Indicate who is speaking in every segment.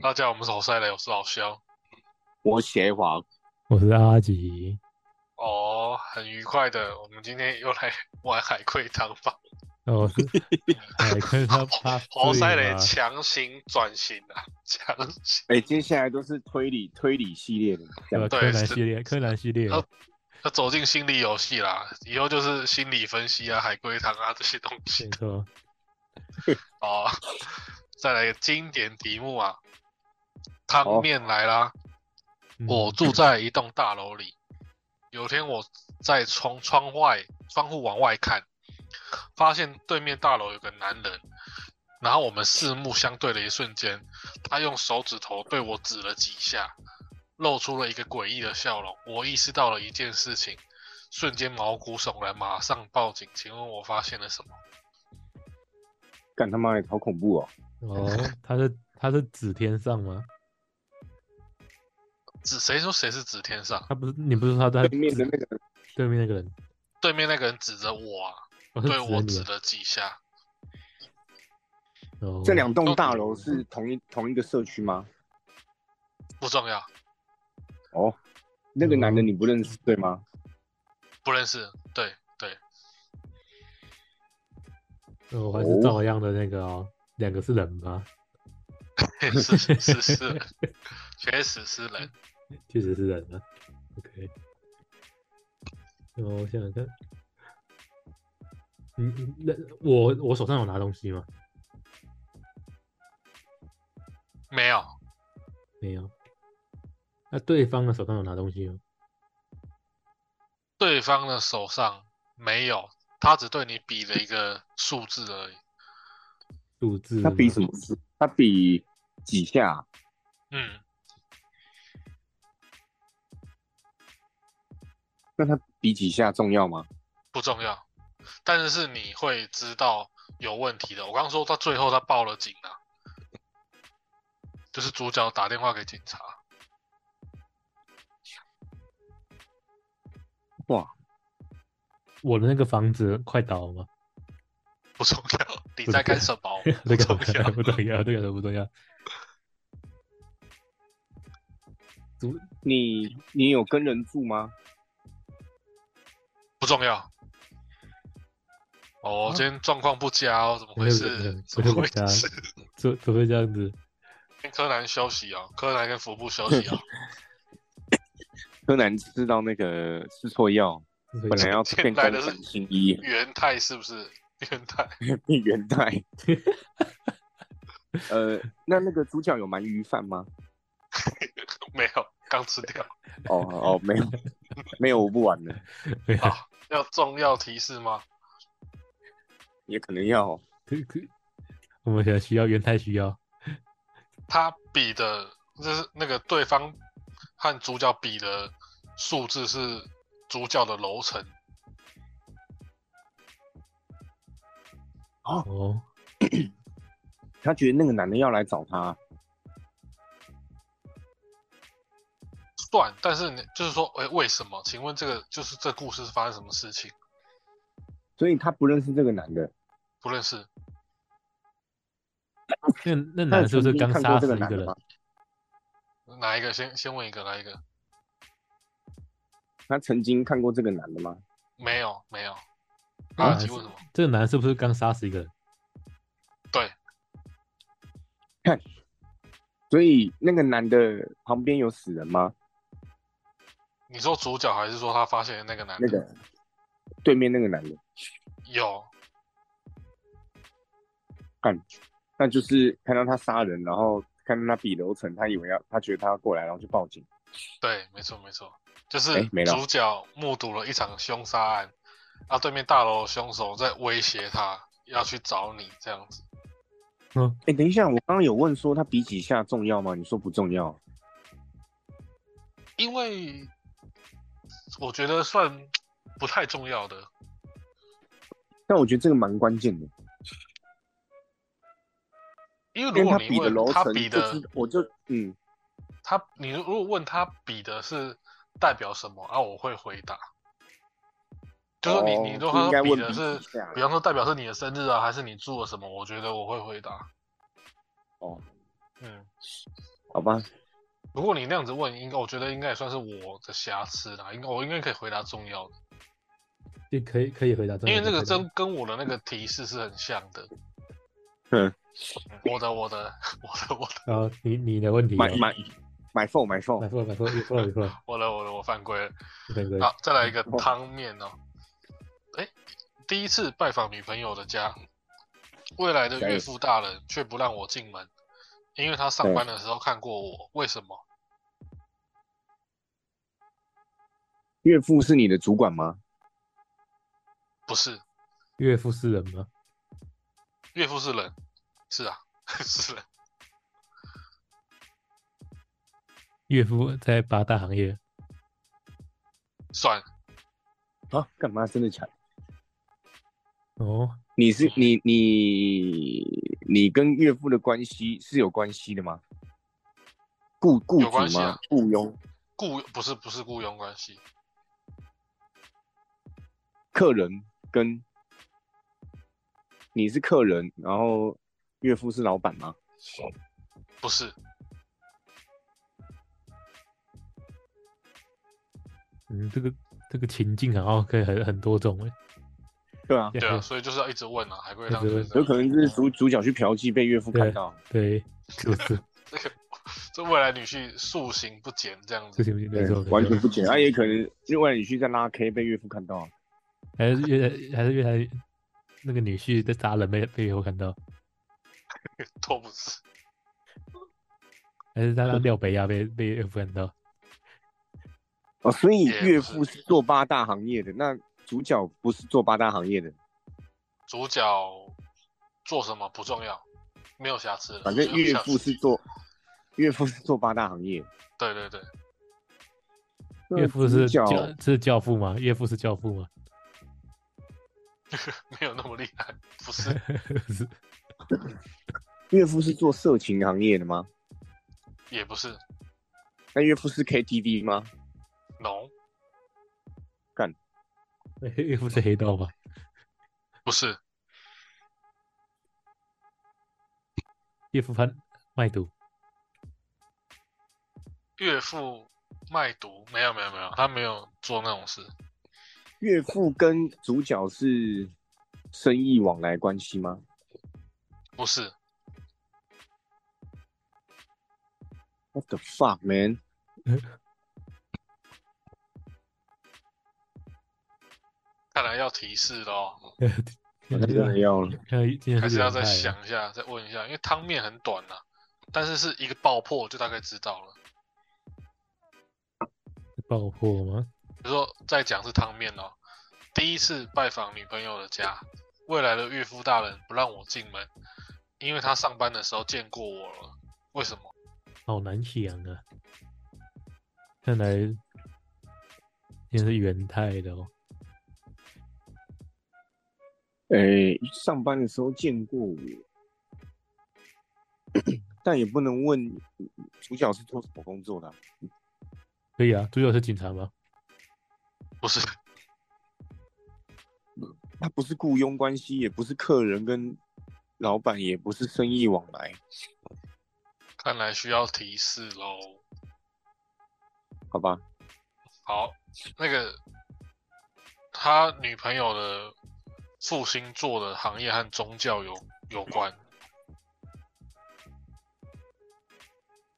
Speaker 1: 大家好，我们是好赛雷，我是老肖。
Speaker 2: 我邪皇，
Speaker 3: 我是阿吉，
Speaker 1: 哦，很愉快的，我们今天又来玩海龟汤吧。
Speaker 3: 哦， 哎是海龟汤 Part
Speaker 1: 豪赛
Speaker 3: Three
Speaker 1: 雷
Speaker 3: 吗
Speaker 1: 强行转型啊， 强行。
Speaker 2: 哎、接下来都是推理推理系列的，
Speaker 3: 对啊 吧
Speaker 1: 对
Speaker 3: 柯南
Speaker 1: 是
Speaker 3: 系列，柯南系列，
Speaker 1: 哦要走进心理游戏啦，以后就是心理分析啊、海龟汤啊这些东
Speaker 3: 没
Speaker 1: 西
Speaker 3: 错，
Speaker 1: 哦。再来一个经典题目啊，汤
Speaker 2: 好
Speaker 1: 面来啦。
Speaker 3: 嗯
Speaker 1: 我住在一栋大楼里，有天我在窗窗外窗户往外看，发现对面大楼有个男人，然后我们四目相对的一瞬间，他用手指头对我指了几下，露出了一个诡异的笑容。我意识到了一件事情，瞬间毛骨悚然，马上报警。请问我发现了什么？
Speaker 2: 干他妈的好恐怖哦！
Speaker 3: 哦，他是他是指天上吗？
Speaker 1: 指谁说谁是指天上？
Speaker 3: 他不是你不是说他在
Speaker 2: 对面的那个
Speaker 3: 对面那个人，
Speaker 1: 对面那个人指着我啊，
Speaker 3: 我是
Speaker 1: 对
Speaker 3: 指
Speaker 1: 我
Speaker 3: 你
Speaker 1: 指
Speaker 3: 啊
Speaker 1: 了几下。
Speaker 3: 哦，
Speaker 2: 这两栋大楼是同一同一个社区吗？
Speaker 1: 不重要，
Speaker 2: 哦，那
Speaker 3: 嗯
Speaker 2: 个男的你不认识对吗？
Speaker 1: 不认识。对对，
Speaker 3: 哦还是照样的那个哦，两个是人吗？
Speaker 1: 是是是是人，确实是人。
Speaker 3: 确实是人啊。OK，那么我想想看，嗯，嗯那我我手上有拿东西吗？
Speaker 1: 没有，
Speaker 3: 没有。那对方的手上有拿东西吗？
Speaker 1: 对方的手上没有，他只对你比了一个数字而已。
Speaker 3: 数字？
Speaker 2: 他比什？么？
Speaker 3: 嗯
Speaker 2: 他比几下？
Speaker 1: 嗯，
Speaker 2: 那他比几下重要吗？
Speaker 1: 不重要，但是是你会知道有问题的。我刚说他最后他报了警了、就是主角打电话给警察。
Speaker 2: 哇，
Speaker 3: 我的那个房子快倒了吗？
Speaker 1: 不重要，你在干什么？
Speaker 3: 这
Speaker 1: 不
Speaker 3: 个
Speaker 1: 重
Speaker 3: 好像
Speaker 1: 要。
Speaker 3: 不重要，这个都不重要。主
Speaker 2: 你你有跟人住吗？
Speaker 1: 不重要。哦，
Speaker 3: 啊
Speaker 1: 今天状况不佳哦，怎么回
Speaker 3: 没有没有
Speaker 1: 事？怎么回
Speaker 3: 没有 不
Speaker 1: 事？
Speaker 3: 怎怎么会这样子？
Speaker 1: 跟柯南休息哦，柯南跟服部休息哦。
Speaker 2: 柯南吃到那个吃错药，
Speaker 3: 本
Speaker 2: 本来要变干三心一，
Speaker 1: 元太是不是？ 元太
Speaker 2: 变元代。呃，那那个主角有鳗鱼饭吗？
Speaker 1: 没有，刚吃掉。
Speaker 2: 哦哦，没有没有，我不玩了，
Speaker 1: 好，要重要提示吗？
Speaker 2: 也可能要
Speaker 3: 可可，我们现在需要原太需要
Speaker 1: 他比的，就是那个对方和主角比的数字是主角的楼层，
Speaker 3: 哦，
Speaker 2: 他觉得那个男的要来找他，
Speaker 1: 算。但是你就是说，哎、为什么？请问这个就是这故事是发生什么事情？
Speaker 2: 所以他不认识这个男的。
Speaker 1: 不认识，
Speaker 3: 那那
Speaker 2: 那
Speaker 3: 男的是不是
Speaker 2: 曾经
Speaker 3: 刚
Speaker 2: 看
Speaker 3: 杀
Speaker 2: 过
Speaker 3: 死
Speaker 2: 这个
Speaker 3: 一个
Speaker 2: 男的
Speaker 3: 人？
Speaker 2: 吗？
Speaker 1: 哪一个？先先问一个，来一个。
Speaker 2: 他曾经看过这个男的吗？
Speaker 1: 没有，没有。
Speaker 3: 啊
Speaker 1: 阿吉问什么？
Speaker 3: 这个男的是不是刚杀死一个人？
Speaker 1: 对，
Speaker 2: 所以那个男的旁边有死人吗？
Speaker 1: 你说主角还是说他发现的那个男的？
Speaker 2: 那个对面那个男的，
Speaker 1: 有，
Speaker 2: 那就是看到他杀人，然后看到他比楼层，他以为要，他觉得他要过来，然后就报警。
Speaker 1: 对，没错没错，就是
Speaker 2: 哎没了
Speaker 1: 主角目睹了一场凶杀案，啊，对面大楼的凶手在威胁他要去找你这样子，
Speaker 3: 哦
Speaker 2: 哎、等一下，我刚刚有问说他比几下重要吗？你说不重要。
Speaker 1: 因为我觉得算不太重要的，
Speaker 2: 但我觉得这个蛮关键的，
Speaker 1: 因为
Speaker 2: 因
Speaker 1: 如
Speaker 2: 为他
Speaker 1: 果你
Speaker 2: 比的
Speaker 1: 问
Speaker 2: 楼
Speaker 1: 他
Speaker 2: 层
Speaker 1: 比
Speaker 2: 就
Speaker 1: 的
Speaker 2: 知我就嗯，
Speaker 1: 他，你如果问他比的是代表什么啊，我会回答，就说你、
Speaker 2: 哦
Speaker 1: 你如果
Speaker 2: 应
Speaker 1: 他
Speaker 2: 该
Speaker 1: 比
Speaker 2: 问
Speaker 1: 的是
Speaker 2: 比，几下
Speaker 1: 比方说代表是你的生日啊，还是你做了什么，我觉得我会回答，
Speaker 2: 哦，
Speaker 1: 嗯，
Speaker 2: 好吧，
Speaker 1: 如果你那样子问，应该我觉得应该也算是我的瑕疵啦，应该我应该可以回答重要的，
Speaker 3: 就可以可以回答，
Speaker 1: 因为这个
Speaker 3: 真的可以
Speaker 1: 真跟我的那个提示是很像的。
Speaker 2: 嗯，
Speaker 1: 我的我的 我的我的
Speaker 3: 回答啊，你你的问题
Speaker 2: 买买买 phone 买
Speaker 3: 买
Speaker 2: phone，
Speaker 3: 错买错买错买错，
Speaker 1: 我的我的我犯规了。
Speaker 3: 那个
Speaker 1: 好，再来一个汤面哦。哎，第一次拜访女朋友的家，未来的岳父大人却不让我进门，因为他上班的时候看过我，为什么？
Speaker 2: 岳父是你的主管吗？
Speaker 1: 不是，
Speaker 3: 岳父是人吗？
Speaker 1: 岳父是人，是啊， 是人，
Speaker 3: 岳父在八大行业，
Speaker 1: 算
Speaker 2: 啊，干嘛？真的假的？
Speaker 3: 哦，
Speaker 2: 你是你你你跟岳父的关系是有关系的吗？雇雇
Speaker 1: 有
Speaker 2: 主
Speaker 1: 关系
Speaker 2: 吗
Speaker 1: 啊？
Speaker 2: 雇佣
Speaker 1: 雇不是不是雇佣关系，
Speaker 2: 客人跟你是客人，然后岳父是老板吗？
Speaker 1: 不 是
Speaker 3: 嗯，这个这个情境好像可以很很多种哎，
Speaker 2: 对啊，
Speaker 1: 对啊，所以就是要一直问啊，海龟汤就是这
Speaker 2: 有
Speaker 1: 样
Speaker 2: 可能是主主角去嫖妓被岳父看到，
Speaker 3: 对，就是
Speaker 1: 这个这未来女婿塑形不减这样
Speaker 3: 这
Speaker 1: 子，
Speaker 3: 行没错，
Speaker 2: 完全
Speaker 3: 没错，
Speaker 2: 不解。啊，也可能另外你去在拉 K 被岳父看到，啊
Speaker 3: 还是越还是越来那个女婿在杀人被被以后看到，
Speaker 1: 都不是，
Speaker 3: 还是他
Speaker 2: 啊
Speaker 3: 让廖北亚被被岳父看到，
Speaker 2: 哦，所以
Speaker 1: 也不是
Speaker 2: 岳父是做八大行业的，那主角不是做八大行业的，
Speaker 1: 主角做什么不重要，没有瑕疵了。
Speaker 2: 反正
Speaker 1: 没有
Speaker 2: 岳
Speaker 1: 瑕疵
Speaker 2: 父是做岳父是做八大行业。
Speaker 1: 对对对，
Speaker 2: 那
Speaker 3: 岳父
Speaker 2: 主
Speaker 3: 是
Speaker 2: 角
Speaker 3: 教是教父吗？岳父是教父吗？
Speaker 1: 没有那么厉害，不是
Speaker 3: 是
Speaker 2: 岳父是做色情行业的吗？
Speaker 1: 也不是
Speaker 2: 那岳父是 KTV 吗？
Speaker 1: ，no，
Speaker 3: 岳父是黑道吗？
Speaker 1: 不是
Speaker 3: 岳父贩卖毒，
Speaker 1: 岳父卖毒，没有没有没有，他没有做那种事，
Speaker 2: 岳父跟主角是生意往来关系吗？
Speaker 1: 不是
Speaker 2: What the fuck, man？
Speaker 1: 看来要提示咯，
Speaker 3: 嗯
Speaker 2: 那真的要了，
Speaker 3: 看来今天
Speaker 1: 还
Speaker 3: 是
Speaker 1: 是要
Speaker 3: 有点
Speaker 1: 再
Speaker 3: 害啊
Speaker 1: 想一下，再问一下，因为汤面很短呐、但是是一个爆破就大概知道了。
Speaker 3: 爆破吗？
Speaker 1: 比如说再讲是汤面哦，第一次拜访女朋友的家，未来的岳父大人不让我进门，因为他上班的时候见过我了。为什么？
Speaker 3: 好难想啊！看来也是元泰的哦。
Speaker 2: 诶、上班的时候见过我， 但也不能问主角是做什么工作的啊、
Speaker 3: 可以啊，主角是警察吗？
Speaker 1: 不是，
Speaker 2: 他不是雇佣关系，也不是客人跟老板，也不是生意往来，
Speaker 1: 看来需要提示喽。
Speaker 2: 好吧？
Speaker 1: 好，那个他女朋友的父星座的行业和宗教有有关，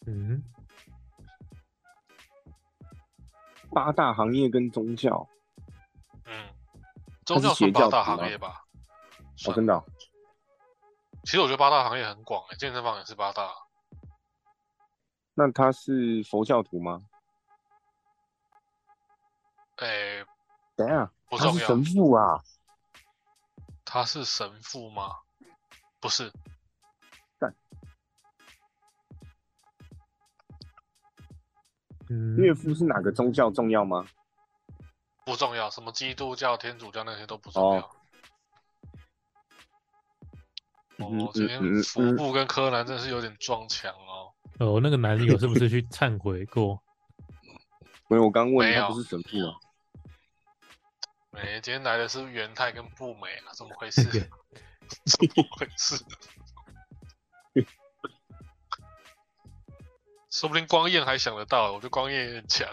Speaker 3: 嗯，
Speaker 2: 八大行业跟宗教，哦
Speaker 1: 嗯，宗
Speaker 2: 他
Speaker 1: 教
Speaker 2: 是
Speaker 1: 算
Speaker 2: 邪
Speaker 1: 八
Speaker 2: 教
Speaker 1: 大
Speaker 2: 徒吗
Speaker 1: 行业吧？
Speaker 2: 哦，
Speaker 1: 算
Speaker 2: 真的哦、
Speaker 1: 其实我觉得八大行业很广诶、欸健身房也是八大，
Speaker 2: 那他是佛教徒吗？
Speaker 1: 诶、
Speaker 2: 等一下，
Speaker 1: 不
Speaker 2: 他
Speaker 1: 重
Speaker 2: 是
Speaker 1: 要。
Speaker 2: 神父啊！
Speaker 1: 他是神父吗？不是，
Speaker 3: 嗯
Speaker 2: 岳父是哪个宗教重要吗？
Speaker 1: 不重要。什么基督教、天主教那些都不
Speaker 2: 哦
Speaker 1: 重要。
Speaker 2: 嗯
Speaker 1: 哦，今天福布跟柯南真的是有点撞墙哦。
Speaker 3: 哦，那个男友是不是去忏悔 过？
Speaker 2: 没有，我刚问
Speaker 1: 没有嗯
Speaker 2: 他不是神父啊。
Speaker 1: 哎、今天来的是元太跟步美啊，怎么回 事？
Speaker 3: 对
Speaker 1: 怎么回事？说不定光彦还想得到，我觉得光彦也很强。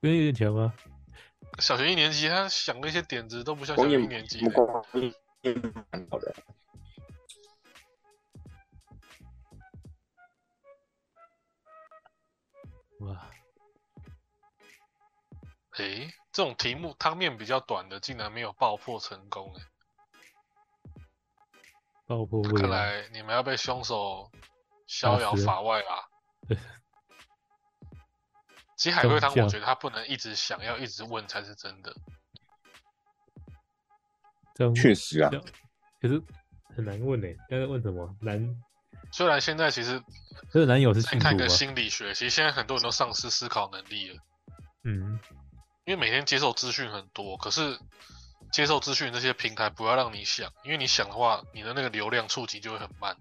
Speaker 3: 跟有点强吗？
Speaker 1: 小学一年级他想那些点子都不像小
Speaker 2: 光
Speaker 1: 学
Speaker 2: 彦
Speaker 1: 一年级
Speaker 2: 目
Speaker 1: 的，
Speaker 2: 光也蛮好的，
Speaker 3: 哇，
Speaker 1: 诶，这种题目汤面比较短的，竟然没有爆破成功诶，
Speaker 3: 爆破未
Speaker 1: 看
Speaker 3: 来，
Speaker 1: 来你们要被凶手逍遥
Speaker 3: 啊打死
Speaker 1: 法外啦
Speaker 3: 对。
Speaker 1: 其实海龟汤，
Speaker 3: 中
Speaker 1: 我
Speaker 3: 奖
Speaker 1: 觉得他不能一直想要一直问才是真的。
Speaker 3: 这样
Speaker 2: 确实啊
Speaker 3: 这，样可是很难问呢。要问什么难？
Speaker 1: 虽然现在其实
Speaker 3: 这个男友是
Speaker 1: 再
Speaker 3: 信徒
Speaker 1: 看个
Speaker 3: 吧？
Speaker 1: 心理学，其实现在很多人都丧失思考能力了，
Speaker 3: 嗯，
Speaker 1: 因为每天接受资讯很多，可是接受资讯这些平台不要让你想，因为你想的话，你的那个流量触及就会很慢。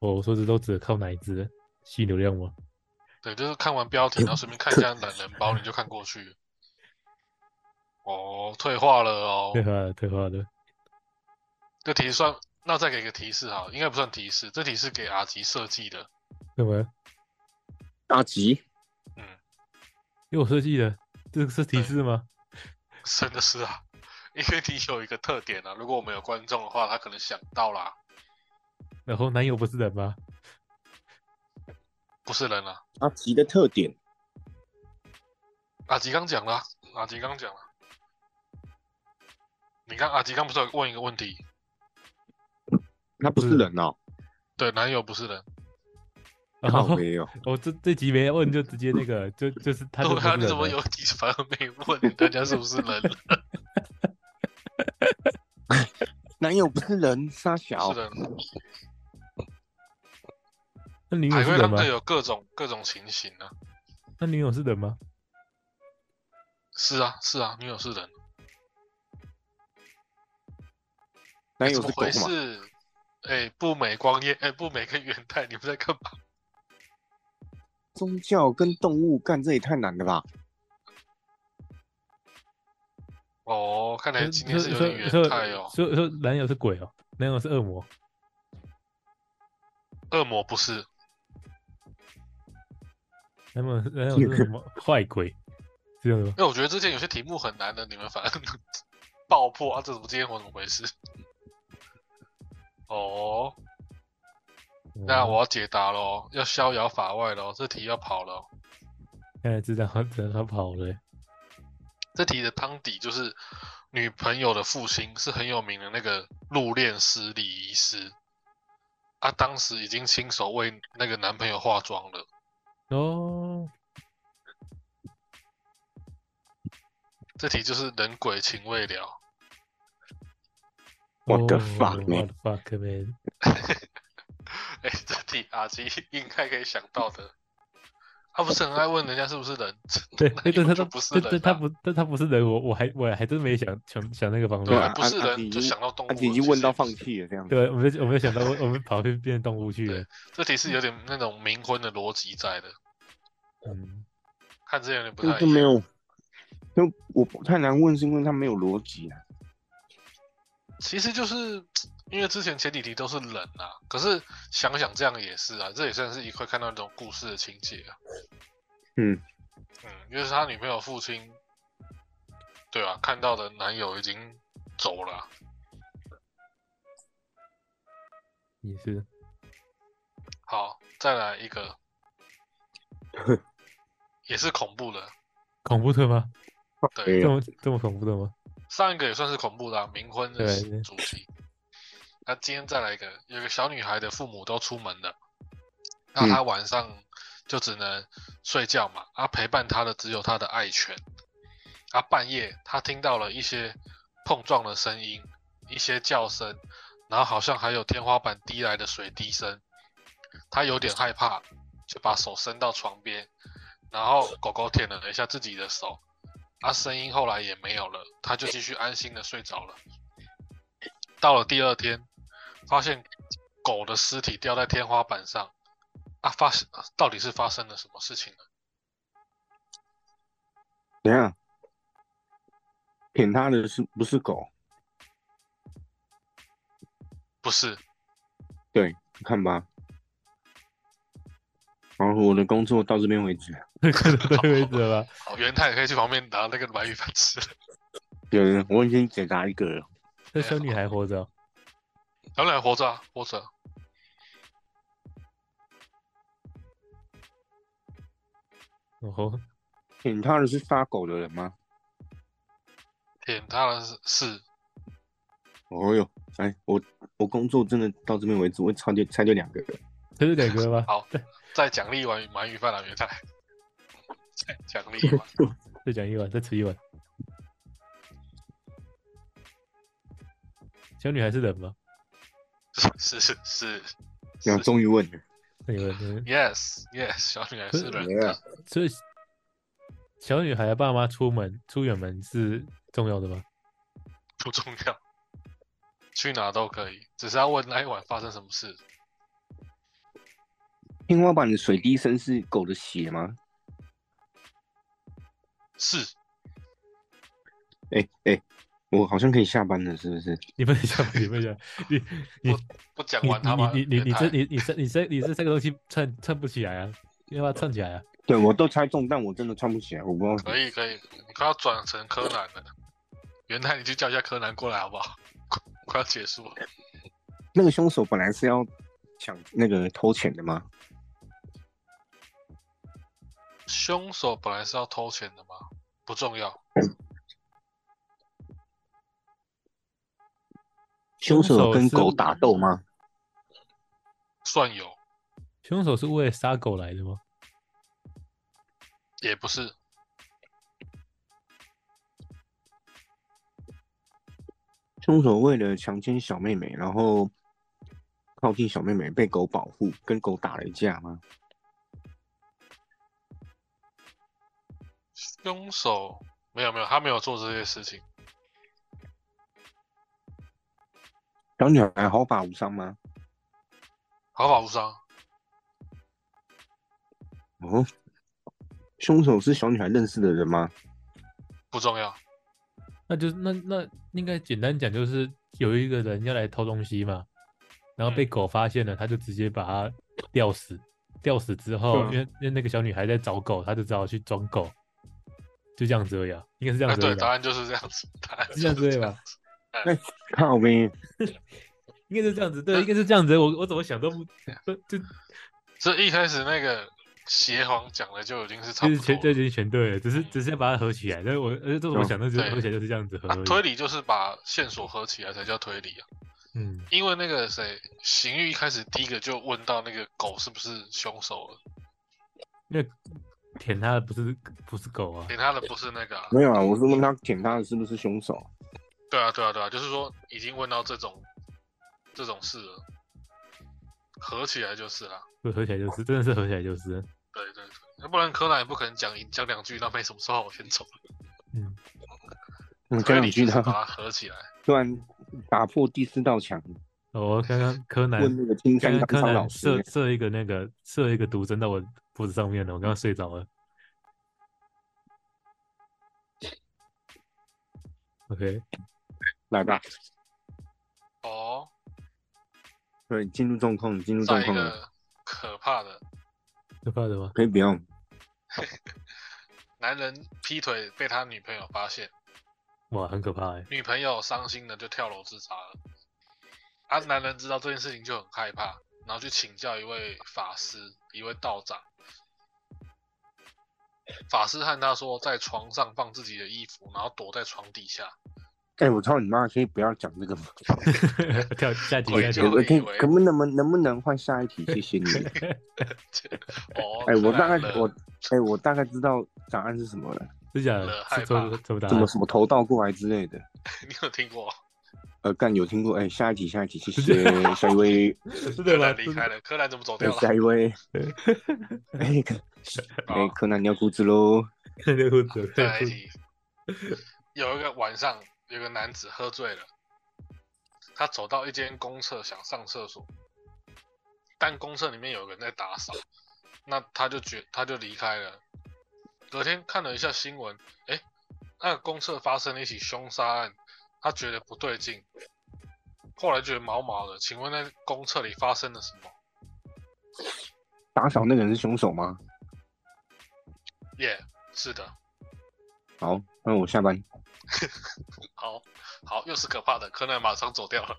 Speaker 3: 我说这都只靠哪一只吸流量吗？
Speaker 1: 对，就是看完标题，然后顺便看一下懒人包，你就看过去了。哦，退化了哦
Speaker 3: 退。化了，退化了。
Speaker 1: 这题算，那再给个提示哈，应该不算提示，这题是给阿吉设计的。
Speaker 3: 什么？
Speaker 2: 阿吉
Speaker 3: 因为我设计的，这个是提示吗？
Speaker 1: 真的是啊， 因为你有一个特点啊，如果我们有观众的话，他可能想到啦，
Speaker 3: 然后男友不是人吗？
Speaker 1: 不是人啊。
Speaker 2: 阿吉的特点，
Speaker 1: 阿吉刚讲啦，阿吉刚讲了。你看阿吉刚不是有问一个问题？
Speaker 2: 他不是人哦，
Speaker 1: 对，男友不是人，
Speaker 3: 然
Speaker 2: 靠哦
Speaker 3: 后
Speaker 2: 没有，
Speaker 3: 我这这集没问，就直接那个，就就是他就
Speaker 1: 对
Speaker 3: 不
Speaker 1: 啊，
Speaker 3: 是
Speaker 1: 你怎么
Speaker 3: 人
Speaker 1: 有
Speaker 3: 了。
Speaker 1: 题反而没问人家是不是人？
Speaker 2: 男友不是人，沙小
Speaker 1: 是，人。
Speaker 3: 那女友
Speaker 1: 海
Speaker 3: 是
Speaker 1: 龟他
Speaker 3: 人
Speaker 1: 们
Speaker 3: 吗
Speaker 1: 队？有各种各种情形啊。
Speaker 3: 那女友是人吗？
Speaker 1: 是啊，是啊，女友是人，
Speaker 2: 男友
Speaker 1: 怎么
Speaker 2: 是狗
Speaker 1: 回
Speaker 2: 嘛？
Speaker 1: 事？哎、不美光夜，哎、不美跟元太，你们在干嘛？
Speaker 2: 宗教跟动物干，这也太难了吧？
Speaker 1: 哦，看来今天是有
Speaker 3: 所
Speaker 1: 点
Speaker 3: 以
Speaker 1: 元太哦。
Speaker 3: 所以说男友是鬼哦，男友是恶魔，
Speaker 1: 恶魔不是，
Speaker 3: 男友是男友是什 么坏鬼？是这样吗？
Speaker 1: 因为哎我觉得之前有些题目很难的，你们反而 爆破啊，这怎么今天我怎么回事？ 哦，那我要解答喽，要逍遥法外喽，这题要跑了哦。
Speaker 3: 现在知道他知道他跑了欸，
Speaker 1: 这题的汤底就是女朋友的父亲是很有名的那个入殓师、礼仪师，他当时已经亲手为那个男朋友化妆了，
Speaker 3: 哦，
Speaker 1: 这题就是人鬼情未了。
Speaker 2: What the
Speaker 3: 哦
Speaker 2: fuck, man？
Speaker 3: What the fuck man？
Speaker 1: 哎，这题阿基应该可以想到的。他不是很爱问人家是不是人，
Speaker 3: 对，
Speaker 1: 那
Speaker 3: 对，
Speaker 1: 你
Speaker 3: 对，
Speaker 1: 们
Speaker 3: 他
Speaker 1: 就
Speaker 3: 他
Speaker 1: 不是
Speaker 3: 对
Speaker 1: 人
Speaker 3: 对，他
Speaker 1: 啊
Speaker 3: 不，但他不是人，我我还我还真没想想想那个方
Speaker 1: 对
Speaker 3: 面
Speaker 1: 啊，
Speaker 2: 啊，
Speaker 1: 不是
Speaker 2: 阿阿吉
Speaker 1: 人
Speaker 2: 已
Speaker 1: 就
Speaker 2: 经
Speaker 1: 想到动物
Speaker 2: 阿
Speaker 1: 了，
Speaker 2: 吉已
Speaker 1: 其
Speaker 2: 经问
Speaker 1: 实
Speaker 2: 到放弃了这样子，
Speaker 3: 对，我们我没有想到我我们跑去变动物去了，
Speaker 1: 这题是有点那种冥婚的逻辑在的，
Speaker 3: 嗯，
Speaker 1: 看这有点不
Speaker 2: 就
Speaker 1: 太
Speaker 2: 就
Speaker 1: 一
Speaker 2: 没
Speaker 1: 样。
Speaker 2: 有，就我不太难问，是因为他没有逻辑啊。
Speaker 1: 其实就是因为之前前几题都是人啊，可是想想这样也是啊，这也算是一块看到那种故事的情节啊。
Speaker 2: 嗯
Speaker 1: 嗯，就是他女朋友父亲，对啊，看到的男友已经走了啊、
Speaker 3: 也是，
Speaker 1: 好，再来一个，也是恐怖的。
Speaker 3: 恐怖的吗？
Speaker 1: 对，
Speaker 2: 对
Speaker 3: 这
Speaker 2: 啊，
Speaker 3: 么这么恐怖的吗？
Speaker 1: 上一个也算是恐怖的、啊，冥婚的
Speaker 3: 对对
Speaker 1: 主题。那今天再来一个，有个小女孩的父母都出门了，那
Speaker 3: 嗯
Speaker 1: 她晚上就只能睡觉嘛，啊，陪伴她的只有她的爱犬。啊，半夜她听到了一些碰撞的声音，一些叫声，然后好像还有天花板滴来的水滴声，她有点害怕，就把手伸到床边，然后狗狗舔了一下自己的手，啊，声音后来也没有了，他就继续安心的睡着了。到了第二天，发现狗的尸体掉在天花板上，啊，发生到底是发生了什么事情呢？
Speaker 2: 怎样？舔他的是不是狗？
Speaker 1: 不是，
Speaker 2: 对，看吧，然后我的工作到这边为止。啊
Speaker 3: 可能对为止吧。
Speaker 1: 哦，元太也可以去旁边拿那个鳗鱼饭吃了。
Speaker 2: 有人，我已经解答一个了。
Speaker 3: 这修女还活着哦、
Speaker 1: 当然活着啊，活着啊。
Speaker 3: 哦吼，
Speaker 2: 舔他的是杀狗的人吗？
Speaker 1: 舔他的是是
Speaker 2: 哦哟，哎，我我工作真的到这边为止，我差就差就两个了。
Speaker 3: 这是两个吗？
Speaker 1: 好，再奖励一碗鳗鱼饭啊，元太。再奖励一碗，
Speaker 3: 再讲一碗，再吃一碗。小女孩是人吗？
Speaker 1: 是是是
Speaker 2: 然后终于问了，
Speaker 3: 那有人。
Speaker 1: ，yes yes，小女孩是人啊
Speaker 2: 没了
Speaker 1: 的，
Speaker 3: 所以小女孩的爸妈出门出远门是重要的吗？
Speaker 1: 不重要，去哪都可以，只是要问那一晚发生什么事。
Speaker 2: 天花板的水滴声是狗的血吗？
Speaker 1: 是
Speaker 2: 哎哎，我好像可以下班了，是不是？
Speaker 3: 你不能讲，你不能讲，你你
Speaker 1: 不讲完他妈
Speaker 3: 你你你你你
Speaker 1: 元太
Speaker 3: 这你你这你这你这三个东西串串不起来啊，要把它串起来啊。
Speaker 2: 对，我都猜中，但我真的穿不起来，我不知道为什么。
Speaker 1: 可以可以，你快要转成柯南了。元太，你去叫一下柯南过来好不好？快快要结束了，
Speaker 2: 那个凶手本来是要抢那个偷钱的吗？
Speaker 1: 凶手本来是要偷钱的吗？不重要，
Speaker 2: 凶手有
Speaker 3: 凶手
Speaker 2: 跟
Speaker 3: 是
Speaker 2: 狗打斗吗？
Speaker 1: 算有
Speaker 3: 凶手是为了杀狗来的吗？
Speaker 1: 也不是。
Speaker 2: 凶手为了强奸小妹妹，然后靠近小妹妹被狗保护，跟狗打了一架吗？
Speaker 1: 凶手没有没有，他没有做这些事情，
Speaker 2: 小女孩毫发无伤吗？
Speaker 1: 毫发无伤。
Speaker 2: 哦，凶手是小女孩认识的人吗？
Speaker 1: 不重要，
Speaker 3: 那就是那那应该简单讲，就是有一个人要来偷东西嘛，然后被狗发现了，他就直接把它吊死。吊死之后，
Speaker 2: 嗯
Speaker 3: 因为因为那个小女孩在找狗，他就只好去装狗，就这样子而已啊，应该是这
Speaker 1: 哎，
Speaker 3: 样子而
Speaker 1: 对，
Speaker 3: 已
Speaker 1: 答
Speaker 3: 吧，
Speaker 1: 案就是这样子，答案
Speaker 3: 是这样子
Speaker 1: 就
Speaker 3: 而
Speaker 1: 是
Speaker 3: 已
Speaker 1: 这
Speaker 3: 吧
Speaker 1: 样。
Speaker 2: 靠呗，
Speaker 3: 应该是这样子，对，应该是这样子。我我怎么想都不
Speaker 1: 啊
Speaker 3: 都就
Speaker 1: 这一开始那个邪皇讲的就已经是差
Speaker 3: 就
Speaker 1: 不
Speaker 3: 是全
Speaker 1: 多
Speaker 3: 这
Speaker 1: 了。
Speaker 3: 已经全对了，只是只是要把它合起来。但是我呃，这我想的就是
Speaker 1: 对
Speaker 3: 合起来就是这样子合
Speaker 1: 啊
Speaker 3: 而已。
Speaker 1: 推理就是把线索合起来才叫推理啊，
Speaker 3: 嗯，
Speaker 1: 因为那个谁，邢玉一开始第一个就问到那个狗是不是凶手了，
Speaker 3: 那舔它的不是不是狗啊，
Speaker 1: 连他的不是那个、啊，
Speaker 2: 没有啊，我是问他舔她的是不是凶手？
Speaker 1: 对啊，对啊，对啊，就是说已经问到这种这种事了，合起来就是啦。
Speaker 3: 就合起来就是，真的是合起来就是。
Speaker 1: 对对对，要不然柯南也不可能讲一讲两句，那没什么事，我先走了。
Speaker 3: 嗯，
Speaker 2: 我嗯讲
Speaker 1: 推
Speaker 2: 两
Speaker 1: 理
Speaker 2: 句
Speaker 1: 就是
Speaker 2: 他
Speaker 1: 把它合起来，
Speaker 2: 突然打破第四道墙，
Speaker 3: 哦我 刚刚柯南
Speaker 2: 问那个青
Speaker 3: 刚
Speaker 2: 山
Speaker 3: 刚柯
Speaker 2: 刚昌
Speaker 3: 南
Speaker 2: 老
Speaker 3: 射
Speaker 2: 师，
Speaker 3: 射一个那个射一个毒针到我脖子上面了，我刚刚睡着了。OK，
Speaker 2: 来吧，
Speaker 1: 哦，
Speaker 2: 对，进入状况，进入状
Speaker 1: 再一
Speaker 2: 况了，
Speaker 1: 个可怕的
Speaker 3: 可怕的吗？
Speaker 2: 可以不用。
Speaker 1: 男人劈腿被他女朋友发现，
Speaker 3: 哇，很可怕哎、
Speaker 1: 女朋友伤心的就跳楼自杀了。啊，男人知道这件事情就很害怕，然后去请教一位法师，一位道长。法师和他说，在床上放自己的衣服，然后躲在床底下。
Speaker 2: 哎、我操你妈！可以不要讲这个吗？
Speaker 3: 跳下题
Speaker 1: 鬼
Speaker 3: 下
Speaker 1: 就
Speaker 3: 题
Speaker 2: 可以，可以
Speaker 1: 以为
Speaker 2: 可不能不能能不能换下一题？谢谢你。
Speaker 1: 哦，
Speaker 2: 哎、我
Speaker 1: 柯
Speaker 2: 大
Speaker 1: 南
Speaker 2: 概
Speaker 1: 了
Speaker 2: 我哎、我大概知道答案是什么了，
Speaker 3: 是假的
Speaker 1: 了？害
Speaker 3: 是抽
Speaker 1: 怕
Speaker 3: 抽答
Speaker 2: 什
Speaker 3: 案
Speaker 2: 么？什么头倒过来之类的。
Speaker 1: 你有听过？
Speaker 2: 呃，干有听过？哎、下一题，下一题，谢 谢，下一 位，
Speaker 3: 真
Speaker 1: 柯
Speaker 3: 的吗？
Speaker 1: 南离开了，柯南怎么走掉
Speaker 2: 哎
Speaker 1: 了？
Speaker 2: 下一 位。哎、柯哎、
Speaker 1: 好
Speaker 2: 柯南你要估值喽。
Speaker 3: 真的裤子
Speaker 1: 再来一题。有一个晚上，有个男子喝醉了，他走到一间公厕想上厕所，但公厕里面有人在打扫，那他就觉他就离开了。隔天看了一下新闻，诶，那个公厕发生了一起凶杀案，他觉得不对劲，后来觉得毛毛的。请问那公厕里发生了什么？
Speaker 2: 打扫那个人是凶手吗？
Speaker 1: 耶、是的，
Speaker 2: 好，那我下班。
Speaker 1: 好，好，又是可怕的，柯南马上走掉了。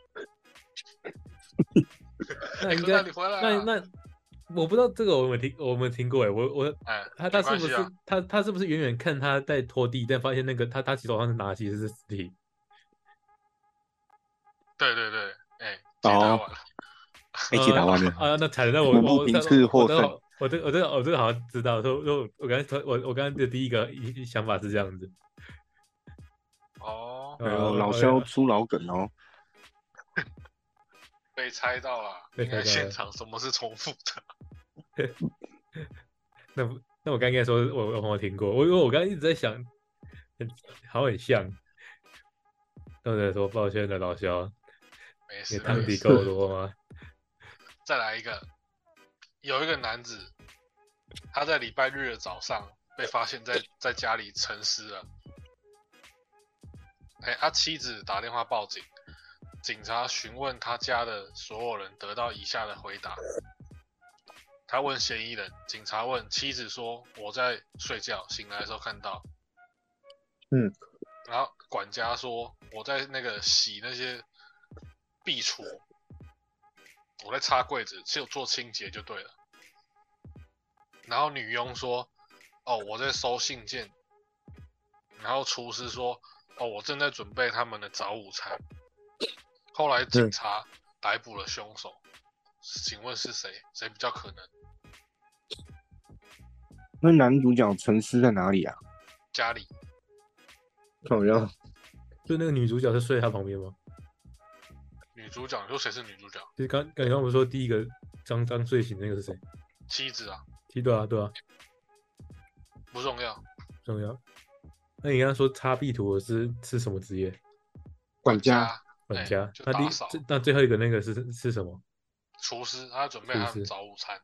Speaker 3: 那
Speaker 1: 哎
Speaker 3: 应
Speaker 1: 柯
Speaker 3: 该
Speaker 1: 南，你回来
Speaker 3: 那
Speaker 1: 了。
Speaker 3: 那我不知道这个我有没有听，我有没有听过哎，我我
Speaker 1: 哎，
Speaker 3: 他他
Speaker 1: 没关
Speaker 3: 是不
Speaker 1: 系
Speaker 3: 是
Speaker 1: 啊
Speaker 3: 他他是不是远远看他在拖地，但发现那个他他其实手上是拿的其实是尸体，
Speaker 1: 对对对，哎，
Speaker 2: 哦
Speaker 1: 解答完了。
Speaker 2: 一起打哎完了。
Speaker 3: 啊，那惨了，那我
Speaker 2: 恐怖
Speaker 3: 我
Speaker 2: 平次获
Speaker 3: 我这
Speaker 2: 胜
Speaker 3: 我这我这我这好像知道，说说我刚才我我刚刚的第一个一一想法是这样子，
Speaker 1: 哦，
Speaker 2: 哎
Speaker 3: 呃
Speaker 2: 呦，老
Speaker 3: 我
Speaker 2: 肖出老梗哦，
Speaker 1: 被猜到了。
Speaker 3: 被
Speaker 1: 你看
Speaker 3: 猜到
Speaker 1: 现
Speaker 3: 了
Speaker 1: 场什么是重复的？
Speaker 3: 那不那我刚刚说我我我听过，我因为我刚刚一直在想，很好像很像，那我在说抱歉了，老肖，
Speaker 1: 没
Speaker 3: 你
Speaker 1: 事，
Speaker 3: 汤
Speaker 1: 没
Speaker 3: 底
Speaker 1: 事
Speaker 3: 够多吗？
Speaker 1: 再来一个，有一个男子，他在礼拜日的早上被发现在在家里沉尸了。哎，他妻子打电话报警，警察询问他家的所有人，得到以下的回答。他问嫌疑人，警察问妻子说：“我在睡觉，醒来的时候看到。”
Speaker 2: 嗯，
Speaker 1: 然后管家说：“我在那个洗那些壁橱，我在擦柜子，只有做清洁就对了。然后女佣说：“哦，我在收信件。”然后厨师说：“哦，我正在准备他们的早午餐。”后来警
Speaker 2: 对
Speaker 1: 察逮捕了凶手，请问是谁？谁比较可能？
Speaker 2: 那男主角沉思在哪里啊？
Speaker 1: 家里
Speaker 2: 好像
Speaker 3: 就那个女主角是睡在他旁边吗？
Speaker 1: 女主角，你说谁是女主角？
Speaker 3: 就是刚刚刚我们说第一个刚刚睡醒的那个是谁？
Speaker 1: 妻子啊，
Speaker 3: 其实对啊，对啊，
Speaker 1: 不重要。
Speaker 3: 不重要。那你刚刚说擦壁图的是是什么职业？
Speaker 2: 管家
Speaker 1: 家
Speaker 3: 管
Speaker 1: 哎
Speaker 3: 家。
Speaker 1: 就
Speaker 3: 那
Speaker 1: 打
Speaker 3: 第
Speaker 1: 扫
Speaker 3: 这那最后一个那个是是是什么？
Speaker 1: 厨师，他准备他
Speaker 3: 厨
Speaker 1: 们
Speaker 3: 师
Speaker 1: 早午餐。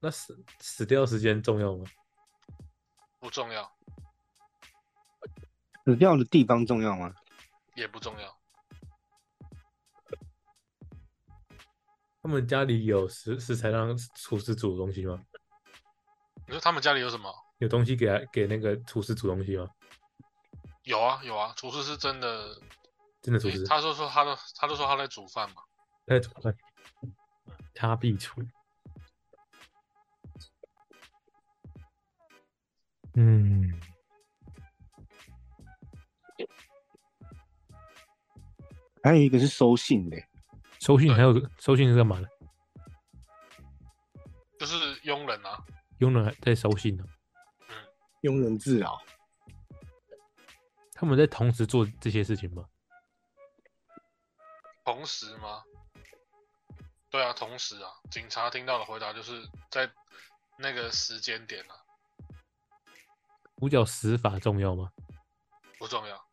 Speaker 3: 那死死掉时间重要吗？
Speaker 1: 不重要，
Speaker 2: 死掉的地方重要吗？
Speaker 1: 也不重要。
Speaker 3: 他们家里有食食材让厨师煮东西吗？
Speaker 1: 你说他们家里有什么？
Speaker 3: 有东西给他给那个厨师煮东西吗？
Speaker 1: 有啊有啊，厨师是真的。
Speaker 3: 真的厨
Speaker 1: 诶
Speaker 3: 师？
Speaker 1: 他说说他都他都说他在煮饭嘛。
Speaker 3: 那怎么办？擦壁橱。嗯，
Speaker 2: 还有一个是收信的，
Speaker 3: 收信还有收信是干嘛的？
Speaker 1: 就是佣人啊，
Speaker 3: 佣人还在收信呢、
Speaker 2: 庸人自扰。
Speaker 3: 他们在同时做这些事情吗？
Speaker 1: 同时吗？对啊，同时啊。警察听到的回答就是在那个时间点啊，
Speaker 3: 五角死法重要吗？
Speaker 1: 不重要。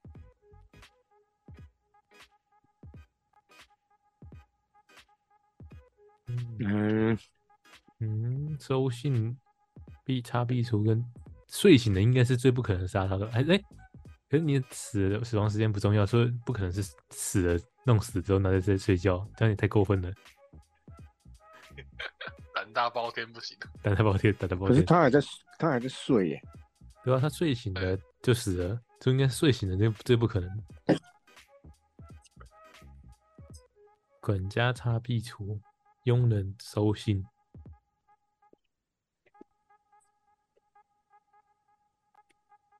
Speaker 3: 嗯
Speaker 2: 嗯，
Speaker 3: 嗯，收信必插必除跟睡醒的应该是最不可能杀他的。哎哎，可是你死的死亡时间不重要，所以不可能是死了弄死之后拿在这睡觉，这样也太过分了。
Speaker 1: 胆大包天不行啊，
Speaker 3: 打太抱歉，打太抱
Speaker 2: 可是
Speaker 3: 歉。
Speaker 2: 他还在他还在睡耶，
Speaker 3: 对啊，他睡醒了就死了，就应该睡醒了，这最不可能。管家擦壁橱，佣人收信。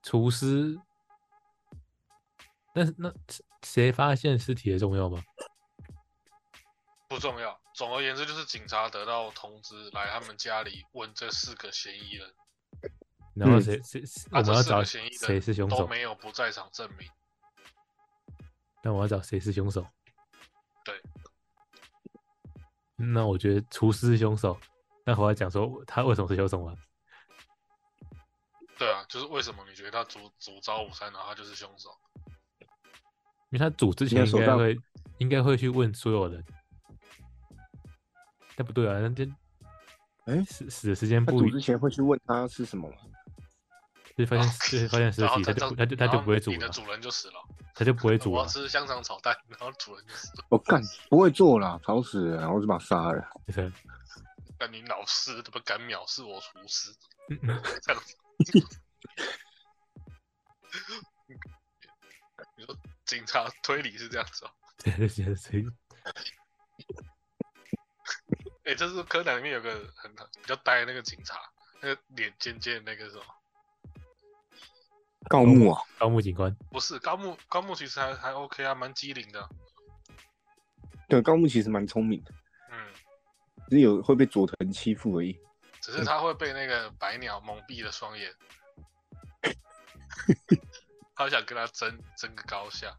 Speaker 3: 厨师，但是那谁发现尸体的重要吗？
Speaker 1: 不重要。总而言之，就是警察得到通知来他们家里问这四个嫌疑人，
Speaker 3: 然后
Speaker 2: 嗯
Speaker 3: 谁谁、谁
Speaker 1: 啊
Speaker 3: 我
Speaker 1: 这
Speaker 3: 们要
Speaker 1: 四个
Speaker 3: 找
Speaker 1: 嫌疑人
Speaker 3: 谁是凶
Speaker 1: 都
Speaker 3: 手？
Speaker 1: 没有不在场证明。
Speaker 3: 那我要找谁是凶手？
Speaker 1: 对，
Speaker 3: 嗯那我觉得厨师是凶手。那我要讲说他为什么是凶手吗？
Speaker 1: 对啊，就是为什么你觉得他煮煮早午餐，然后他就是凶手？
Speaker 3: 因为他煮之前
Speaker 2: 你的
Speaker 3: 应
Speaker 2: 手
Speaker 3: 该
Speaker 2: 上
Speaker 3: 会应该会去问所有人。但不对啊，那这
Speaker 2: 哎
Speaker 3: 死死的时间
Speaker 2: 他
Speaker 3: 不
Speaker 2: 煮
Speaker 3: 一
Speaker 2: 之前会去问他是什么吗？
Speaker 3: 就发现就是发现尸
Speaker 1: 哦 然后
Speaker 3: 体，他
Speaker 1: 他
Speaker 3: 就不他就他就不会煮
Speaker 1: 你的
Speaker 3: 了，
Speaker 1: 主人就死了。
Speaker 3: 他就不会煮
Speaker 1: 我要
Speaker 3: 了，
Speaker 1: 吃香肠炒蛋，然后主人就死了，
Speaker 2: 我哦干不会做啦，吵死了，然后就把他杀了。
Speaker 3: 就是
Speaker 1: 干你老师怎么敢藐视我厨师？
Speaker 3: 嗯嗯
Speaker 1: 这样子。你说警察推理是这样子哦？
Speaker 3: 对 对对所以
Speaker 1: 哎、这是柯南里面有个很比较呆的那个警察，那个脸尖尖的那个是什么？
Speaker 2: 告木啊，
Speaker 3: 高木警官
Speaker 1: 不是高木，高木其实还还 OK 啊，蛮机灵的。
Speaker 2: 对，告木其实蛮聪明的，
Speaker 1: 嗯，
Speaker 2: 只是有会被佐藤欺负而已。
Speaker 1: 只是他会被那个白鸟蒙蔽了双 眼，他想跟他争争个高下。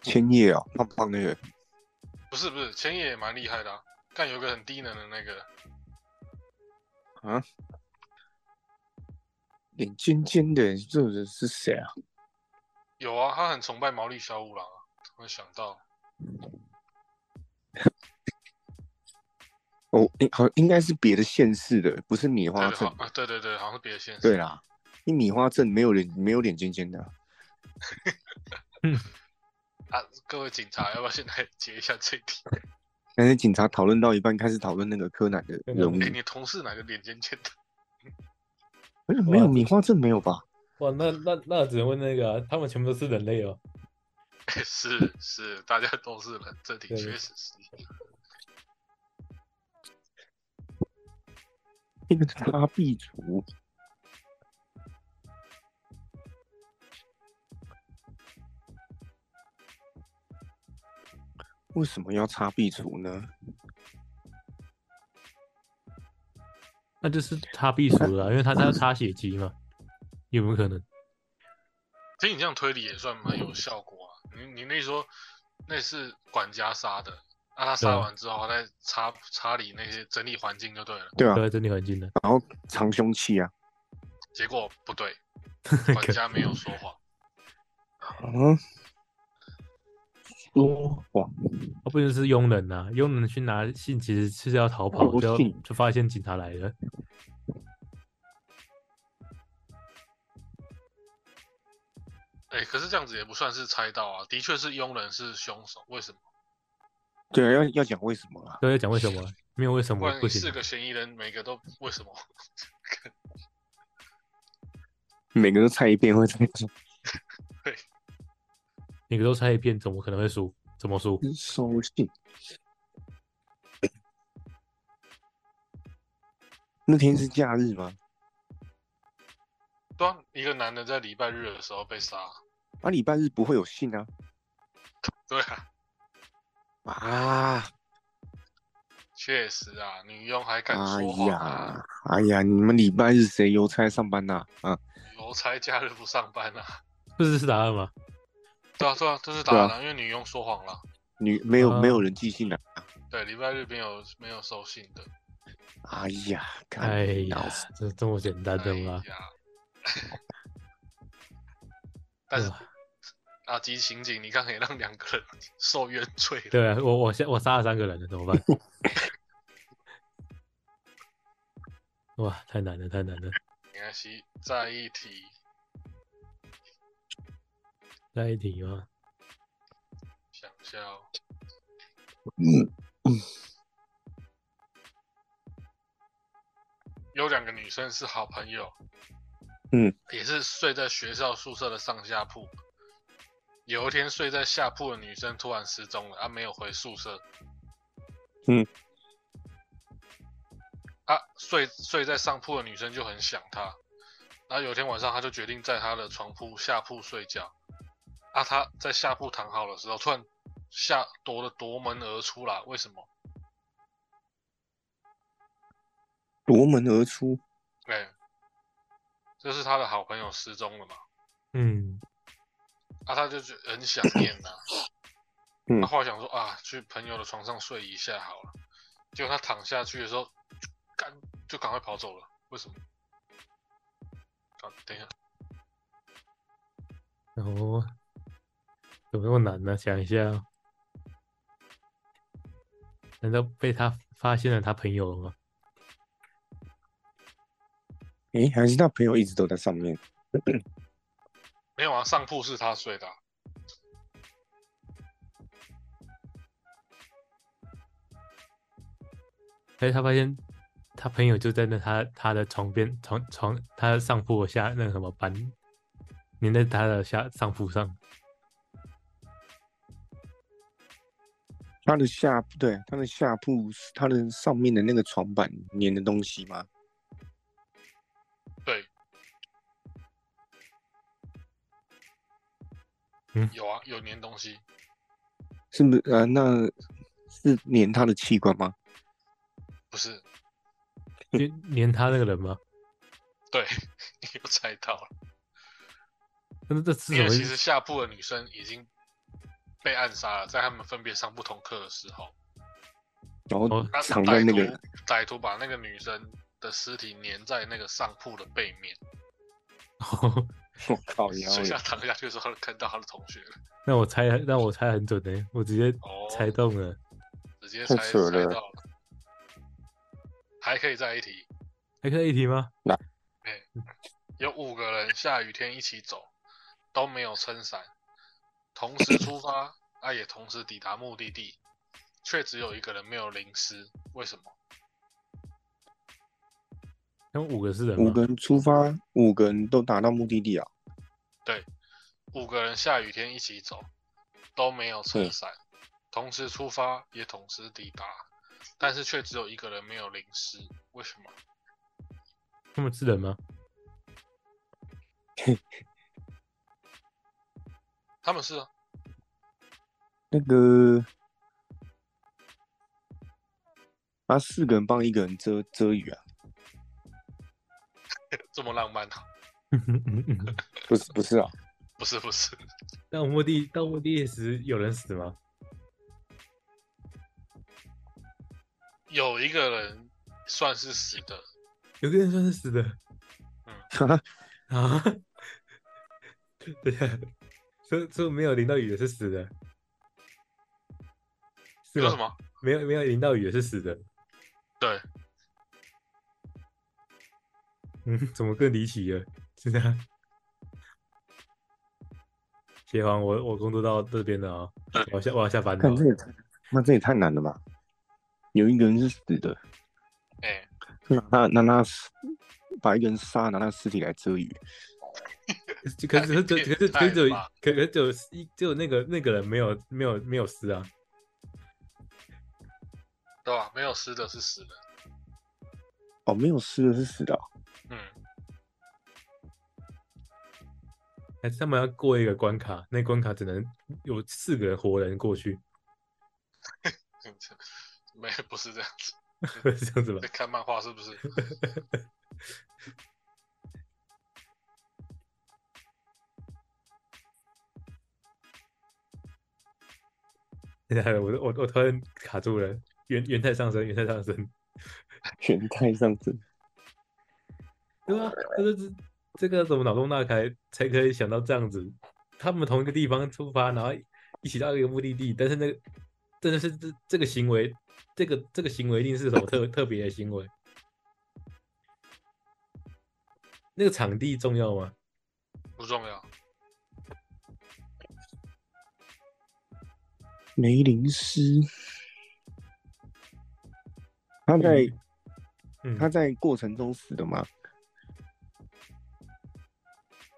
Speaker 2: 千叶哦，胖胖那个，
Speaker 1: 不是不是，千叶也蛮厉害的、啊，但有一个很低能的那个，
Speaker 2: 脸哎尖尖的，这个人是谁啊？
Speaker 1: 有啊，他很崇拜毛利小五郎啊，突然想到，
Speaker 2: 哦，应好应该是别的县市的，不是米花
Speaker 1: 对
Speaker 2: 镇
Speaker 1: 好。啊，对对对，好像是别的县市。
Speaker 2: 对啦，你米花镇没有脸，没有脸尖尖的啊。
Speaker 1: 啊，各位警察，要不要先来解一下这一题？
Speaker 3: 嗯
Speaker 2: 但是警察讨论到一半，开始讨论那个柯南的人物
Speaker 1: 哎、，你同事哪个脸尖尖的？
Speaker 2: 哎没有米花镇没有吧？
Speaker 3: 哇，那那那只能问那个、啊他们全部都是人类哦，
Speaker 1: 哎是是，大家都是人，这题
Speaker 3: 对
Speaker 1: 确实是。
Speaker 2: 那个擦壁族，为什么要擦壁族呢？
Speaker 3: 那就是擦避暑了啊、因为他他要擦血迹嘛，有没有可能？
Speaker 1: 听你这样推理也算蛮有效果啊。你你那说那是管家杀的，那、他
Speaker 3: 对
Speaker 1: 杀
Speaker 3: 啊
Speaker 1: 完之后他再擦擦理那些整理环境就对了。
Speaker 2: 对啊
Speaker 3: 都，在整理环境的，
Speaker 2: 然后藏凶器啊，
Speaker 1: 结果不 对，
Speaker 3: 可
Speaker 1: 管家没有说谎，
Speaker 2: 啊，说谎，
Speaker 3: 他哦不就是佣人呐、啊？佣人去拿信其实是要
Speaker 1: 哦
Speaker 3: 逃跑，
Speaker 2: 不
Speaker 3: 就要
Speaker 2: 信
Speaker 3: 就发现警察来了，
Speaker 1: 哎、可是这样子也不算是猜到啊，的确是佣人是凶手，为什么？
Speaker 2: 对啊，要要讲为什么啊？
Speaker 3: 都在讲为什么，没有为什
Speaker 1: 不
Speaker 3: 么
Speaker 1: 然
Speaker 3: 嗯不
Speaker 1: 你
Speaker 3: 行啊
Speaker 1: 四，个嫌疑人每个都为什么？
Speaker 2: 每个都猜一遍会猜出
Speaker 3: 每个都猜一遍，怎么可能会输？怎么
Speaker 1: 嗯
Speaker 3: 输？
Speaker 2: 收信。那天是假日吗？
Speaker 1: 对啊，一个男的在礼拜日的时候被杀，
Speaker 2: 啊，礼拜日不会有信啊。
Speaker 1: 对啊，
Speaker 2: 啊，
Speaker 1: 确实啊，女佣还敢
Speaker 2: 哎
Speaker 1: 说谎、啊，
Speaker 2: 呀，哎呀，你们礼拜日谁邮差上班呐、啊？
Speaker 1: 邮差假日不上班啊，
Speaker 3: 不是是答 案吗？
Speaker 1: 对啊对啊，这是答
Speaker 2: 对啊
Speaker 1: 案、因为女佣说谎了。
Speaker 2: 女没有、
Speaker 3: 啊
Speaker 2: 没有人寄信来、
Speaker 1: 对，礼拜日没有没有收信的。
Speaker 2: 哎呀，看
Speaker 3: 哎呀
Speaker 2: 脑子，
Speaker 3: 这这么简单的吗
Speaker 1: 哎？呀！但是啊
Speaker 3: 哇
Speaker 1: 阿吉刑警，你刚才也让两个人 受冤罪了。
Speaker 3: 对啊，我我现我杀了三个人了，怎么办？ 哇，太难了，太难了！
Speaker 1: 没关系，再一题，
Speaker 3: 再一题吗？
Speaker 1: 想一下哦。
Speaker 2: 嗯，
Speaker 1: 有两个女生是好朋友，
Speaker 2: 嗯，
Speaker 1: 也是睡在学校宿舍的上下铺。有一天睡在下铺的女生突然失踪了，啊，没有回宿舍。
Speaker 2: 嗯，
Speaker 1: 啊，睡睡在上铺的女生就很想他，然后有一天晚上，她就决定在她的床铺下铺睡觉。啊，她在下铺躺好的时候，突然下夺了夺门而出啦，为什么？
Speaker 2: 夺门而出，
Speaker 1: 哎、这是她的好朋友失踪了嘛？
Speaker 3: 嗯，
Speaker 1: 啊，他就觉得很想念 呐、
Speaker 2: 嗯
Speaker 1: 他后来想说啊，去朋友的床上睡一下好了。结果他躺下去的时候，干就赶快跑走了。为什么？啊，等一下，
Speaker 3: 然后怎么那么难呢？想一下哦，难道被他发现了他朋友了吗？
Speaker 2: 诶，还是他朋友一直都在上面。
Speaker 1: 没有啊，上铺是他睡的啊、
Speaker 3: 但是哎他发现他朋友就在那他他的床边床床他的上铺下那个什么板，粘在他的下上铺上，
Speaker 2: 他的下对他的下铺，他的上面的那个床板粘的东西吗？
Speaker 1: 有啊，有粘东西，
Speaker 2: 是不是？呃，那是粘他的器官吗？
Speaker 1: 不是？
Speaker 3: 就粘他那个人吗？
Speaker 1: 对， 你又猜到了，
Speaker 3: 那这是
Speaker 1: 因
Speaker 3: 什
Speaker 1: 为
Speaker 3: 么
Speaker 1: 其
Speaker 3: 意
Speaker 1: 实
Speaker 3: 思？
Speaker 1: 下铺的女生已经被暗杀了，在他们分别上不同课的时候，
Speaker 2: 然后
Speaker 3: 哦
Speaker 1: 那
Speaker 2: 藏在那
Speaker 1: 歹
Speaker 2: 个
Speaker 1: 徒歹徒把那个女生的尸体粘在那个上铺的背面，
Speaker 2: 我
Speaker 3: 哦
Speaker 2: 靠，然后
Speaker 1: 水下躺下去的时候看到他的同学了，
Speaker 3: 那我猜，那我猜很准的、我直接
Speaker 1: 哦，
Speaker 3: 猜中了。
Speaker 1: 直接猜
Speaker 2: 太扯
Speaker 1: 猜
Speaker 2: 了
Speaker 1: 到了，还可以再一题，
Speaker 3: 还哎可以一题吗？
Speaker 1: 有五个人下雨天一起走，都没有撑伞，同时出发，啊也同时抵达目的地，却只有一个人没有淋湿，为什么？
Speaker 3: 那五个是人吗
Speaker 2: 五个人出发，五个人都达到目的地啊。
Speaker 1: 对，五个人下雨天一起走，都没有撑
Speaker 2: 嗯
Speaker 1: 伞，同时出发也同时抵达，但是却只有一个人没有淋湿，为什么？
Speaker 3: 他们是人吗？
Speaker 1: 他们是啊
Speaker 2: 那个，啊，四个人帮一个人遮遮雨啊？
Speaker 1: 这么浪漫啊？
Speaker 2: 不是不 是啊，
Speaker 1: 不是不是，
Speaker 3: 到墓地到墓地时有人死吗？
Speaker 1: 有一个人算是死的，
Speaker 3: 有个人算是死的
Speaker 2: 哈哈，
Speaker 3: 啊？ 对呀，说说没有淋到雨的是死的，是
Speaker 1: 有什
Speaker 3: 吗？
Speaker 1: 么？
Speaker 3: 没有没有淋到雨的是死的。
Speaker 1: 对，
Speaker 3: 嗯，怎么更离奇了？是这样。协皇，我我工作到这边了啊、
Speaker 1: 嗯
Speaker 3: 我要下我要下班了
Speaker 2: 看
Speaker 3: 哦、
Speaker 2: 这也太，那这也太难了吧？有一个人是死的，
Speaker 1: 哎、
Speaker 2: 那他那他死把一个人杀，拿他尸体来遮雨，
Speaker 3: 就可 是可是可是可
Speaker 1: 太
Speaker 3: 是
Speaker 1: 变态
Speaker 3: 只有
Speaker 1: 了吧
Speaker 3: 可可是只有一只有那个那个人没有没有没有撕啊，
Speaker 1: 对吧？没有湿的是死的，
Speaker 2: 哦，没有死的是死的 啊、
Speaker 1: 嗯，
Speaker 3: 还是他们要过一个关卡，那关卡只能有四个人活人过去，
Speaker 1: 没不是这样子。
Speaker 3: 是这样子吧
Speaker 1: 在？看漫画是不是？
Speaker 3: 现在啊我我我突然卡住了，元元太上身，元太上身，
Speaker 2: 全太上身。
Speaker 3: 对啊，就是这个怎么脑洞大开才可以想到这样子？他们同一个地方出发，然后一起到一个目的地，但是那个真的是这这个行为，这个这个行为一定是什么特 特别的行为？那个场地重要吗？
Speaker 1: 不重要，
Speaker 2: 梅林斯，他在、
Speaker 3: 嗯，
Speaker 2: 他在过程中死的吗？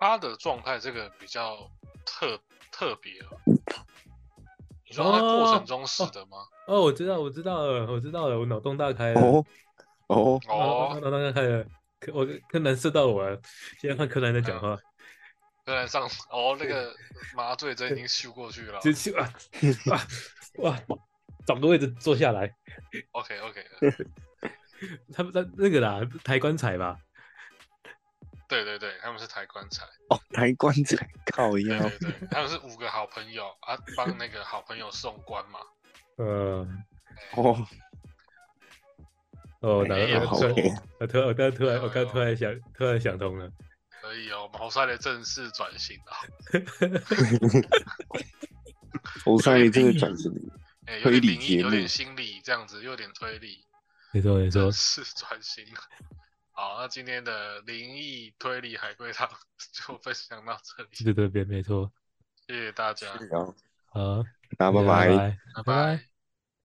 Speaker 1: 他的状态这个比较特特别了。你说他在
Speaker 3: 哦
Speaker 1: 过程中死的吗？
Speaker 3: 哦，我知道，我知道了，我知道了，我脑洞大开了，
Speaker 2: 哦哦，
Speaker 3: 我脑我
Speaker 1: 哦，
Speaker 3: 脑洞大开了，柯我柯南射到我了，现在换柯南在讲话，
Speaker 1: 柯南上哦，那个麻醉针已经咻过去了。
Speaker 3: 就去啊啊哇，找个位置坐下来。
Speaker 1: OK OK，
Speaker 3: 他们在那个啦，抬棺材吧，
Speaker 1: 对对对，他们是抬棺材，
Speaker 2: 哦，抬棺材，靠
Speaker 1: 对啊
Speaker 2: 腰
Speaker 1: 对，对，他们是五个好朋友啊，帮那个好朋友送棺嘛。
Speaker 3: 呃，
Speaker 2: 哦，
Speaker 3: 哦，
Speaker 2: 哎
Speaker 3: 然
Speaker 1: 呀
Speaker 3: 后
Speaker 2: 好
Speaker 3: 突然
Speaker 1: 可以
Speaker 2: OK，
Speaker 3: 我突然我刚突然我
Speaker 1: 哎
Speaker 3: 刚
Speaker 1: 呦
Speaker 3: 突然想突然想通了，
Speaker 1: 可以哦，毛帅的正式转型啊，
Speaker 2: 我上一这个转型，
Speaker 1: 哎、有点
Speaker 2: 推理
Speaker 1: 灵
Speaker 2: 节
Speaker 1: 异，
Speaker 2: 目
Speaker 1: 有点心理，这样子，有点推理，
Speaker 3: 没错没错
Speaker 1: 正，式转型啊。好，那今天的灵异推理海龟汤 就分享到这里，
Speaker 3: 对对对，没错，
Speaker 1: 谢谢大家，
Speaker 2: 然后
Speaker 3: 好，
Speaker 2: 大家拜拜。
Speaker 3: 拜拜。
Speaker 1: 拜拜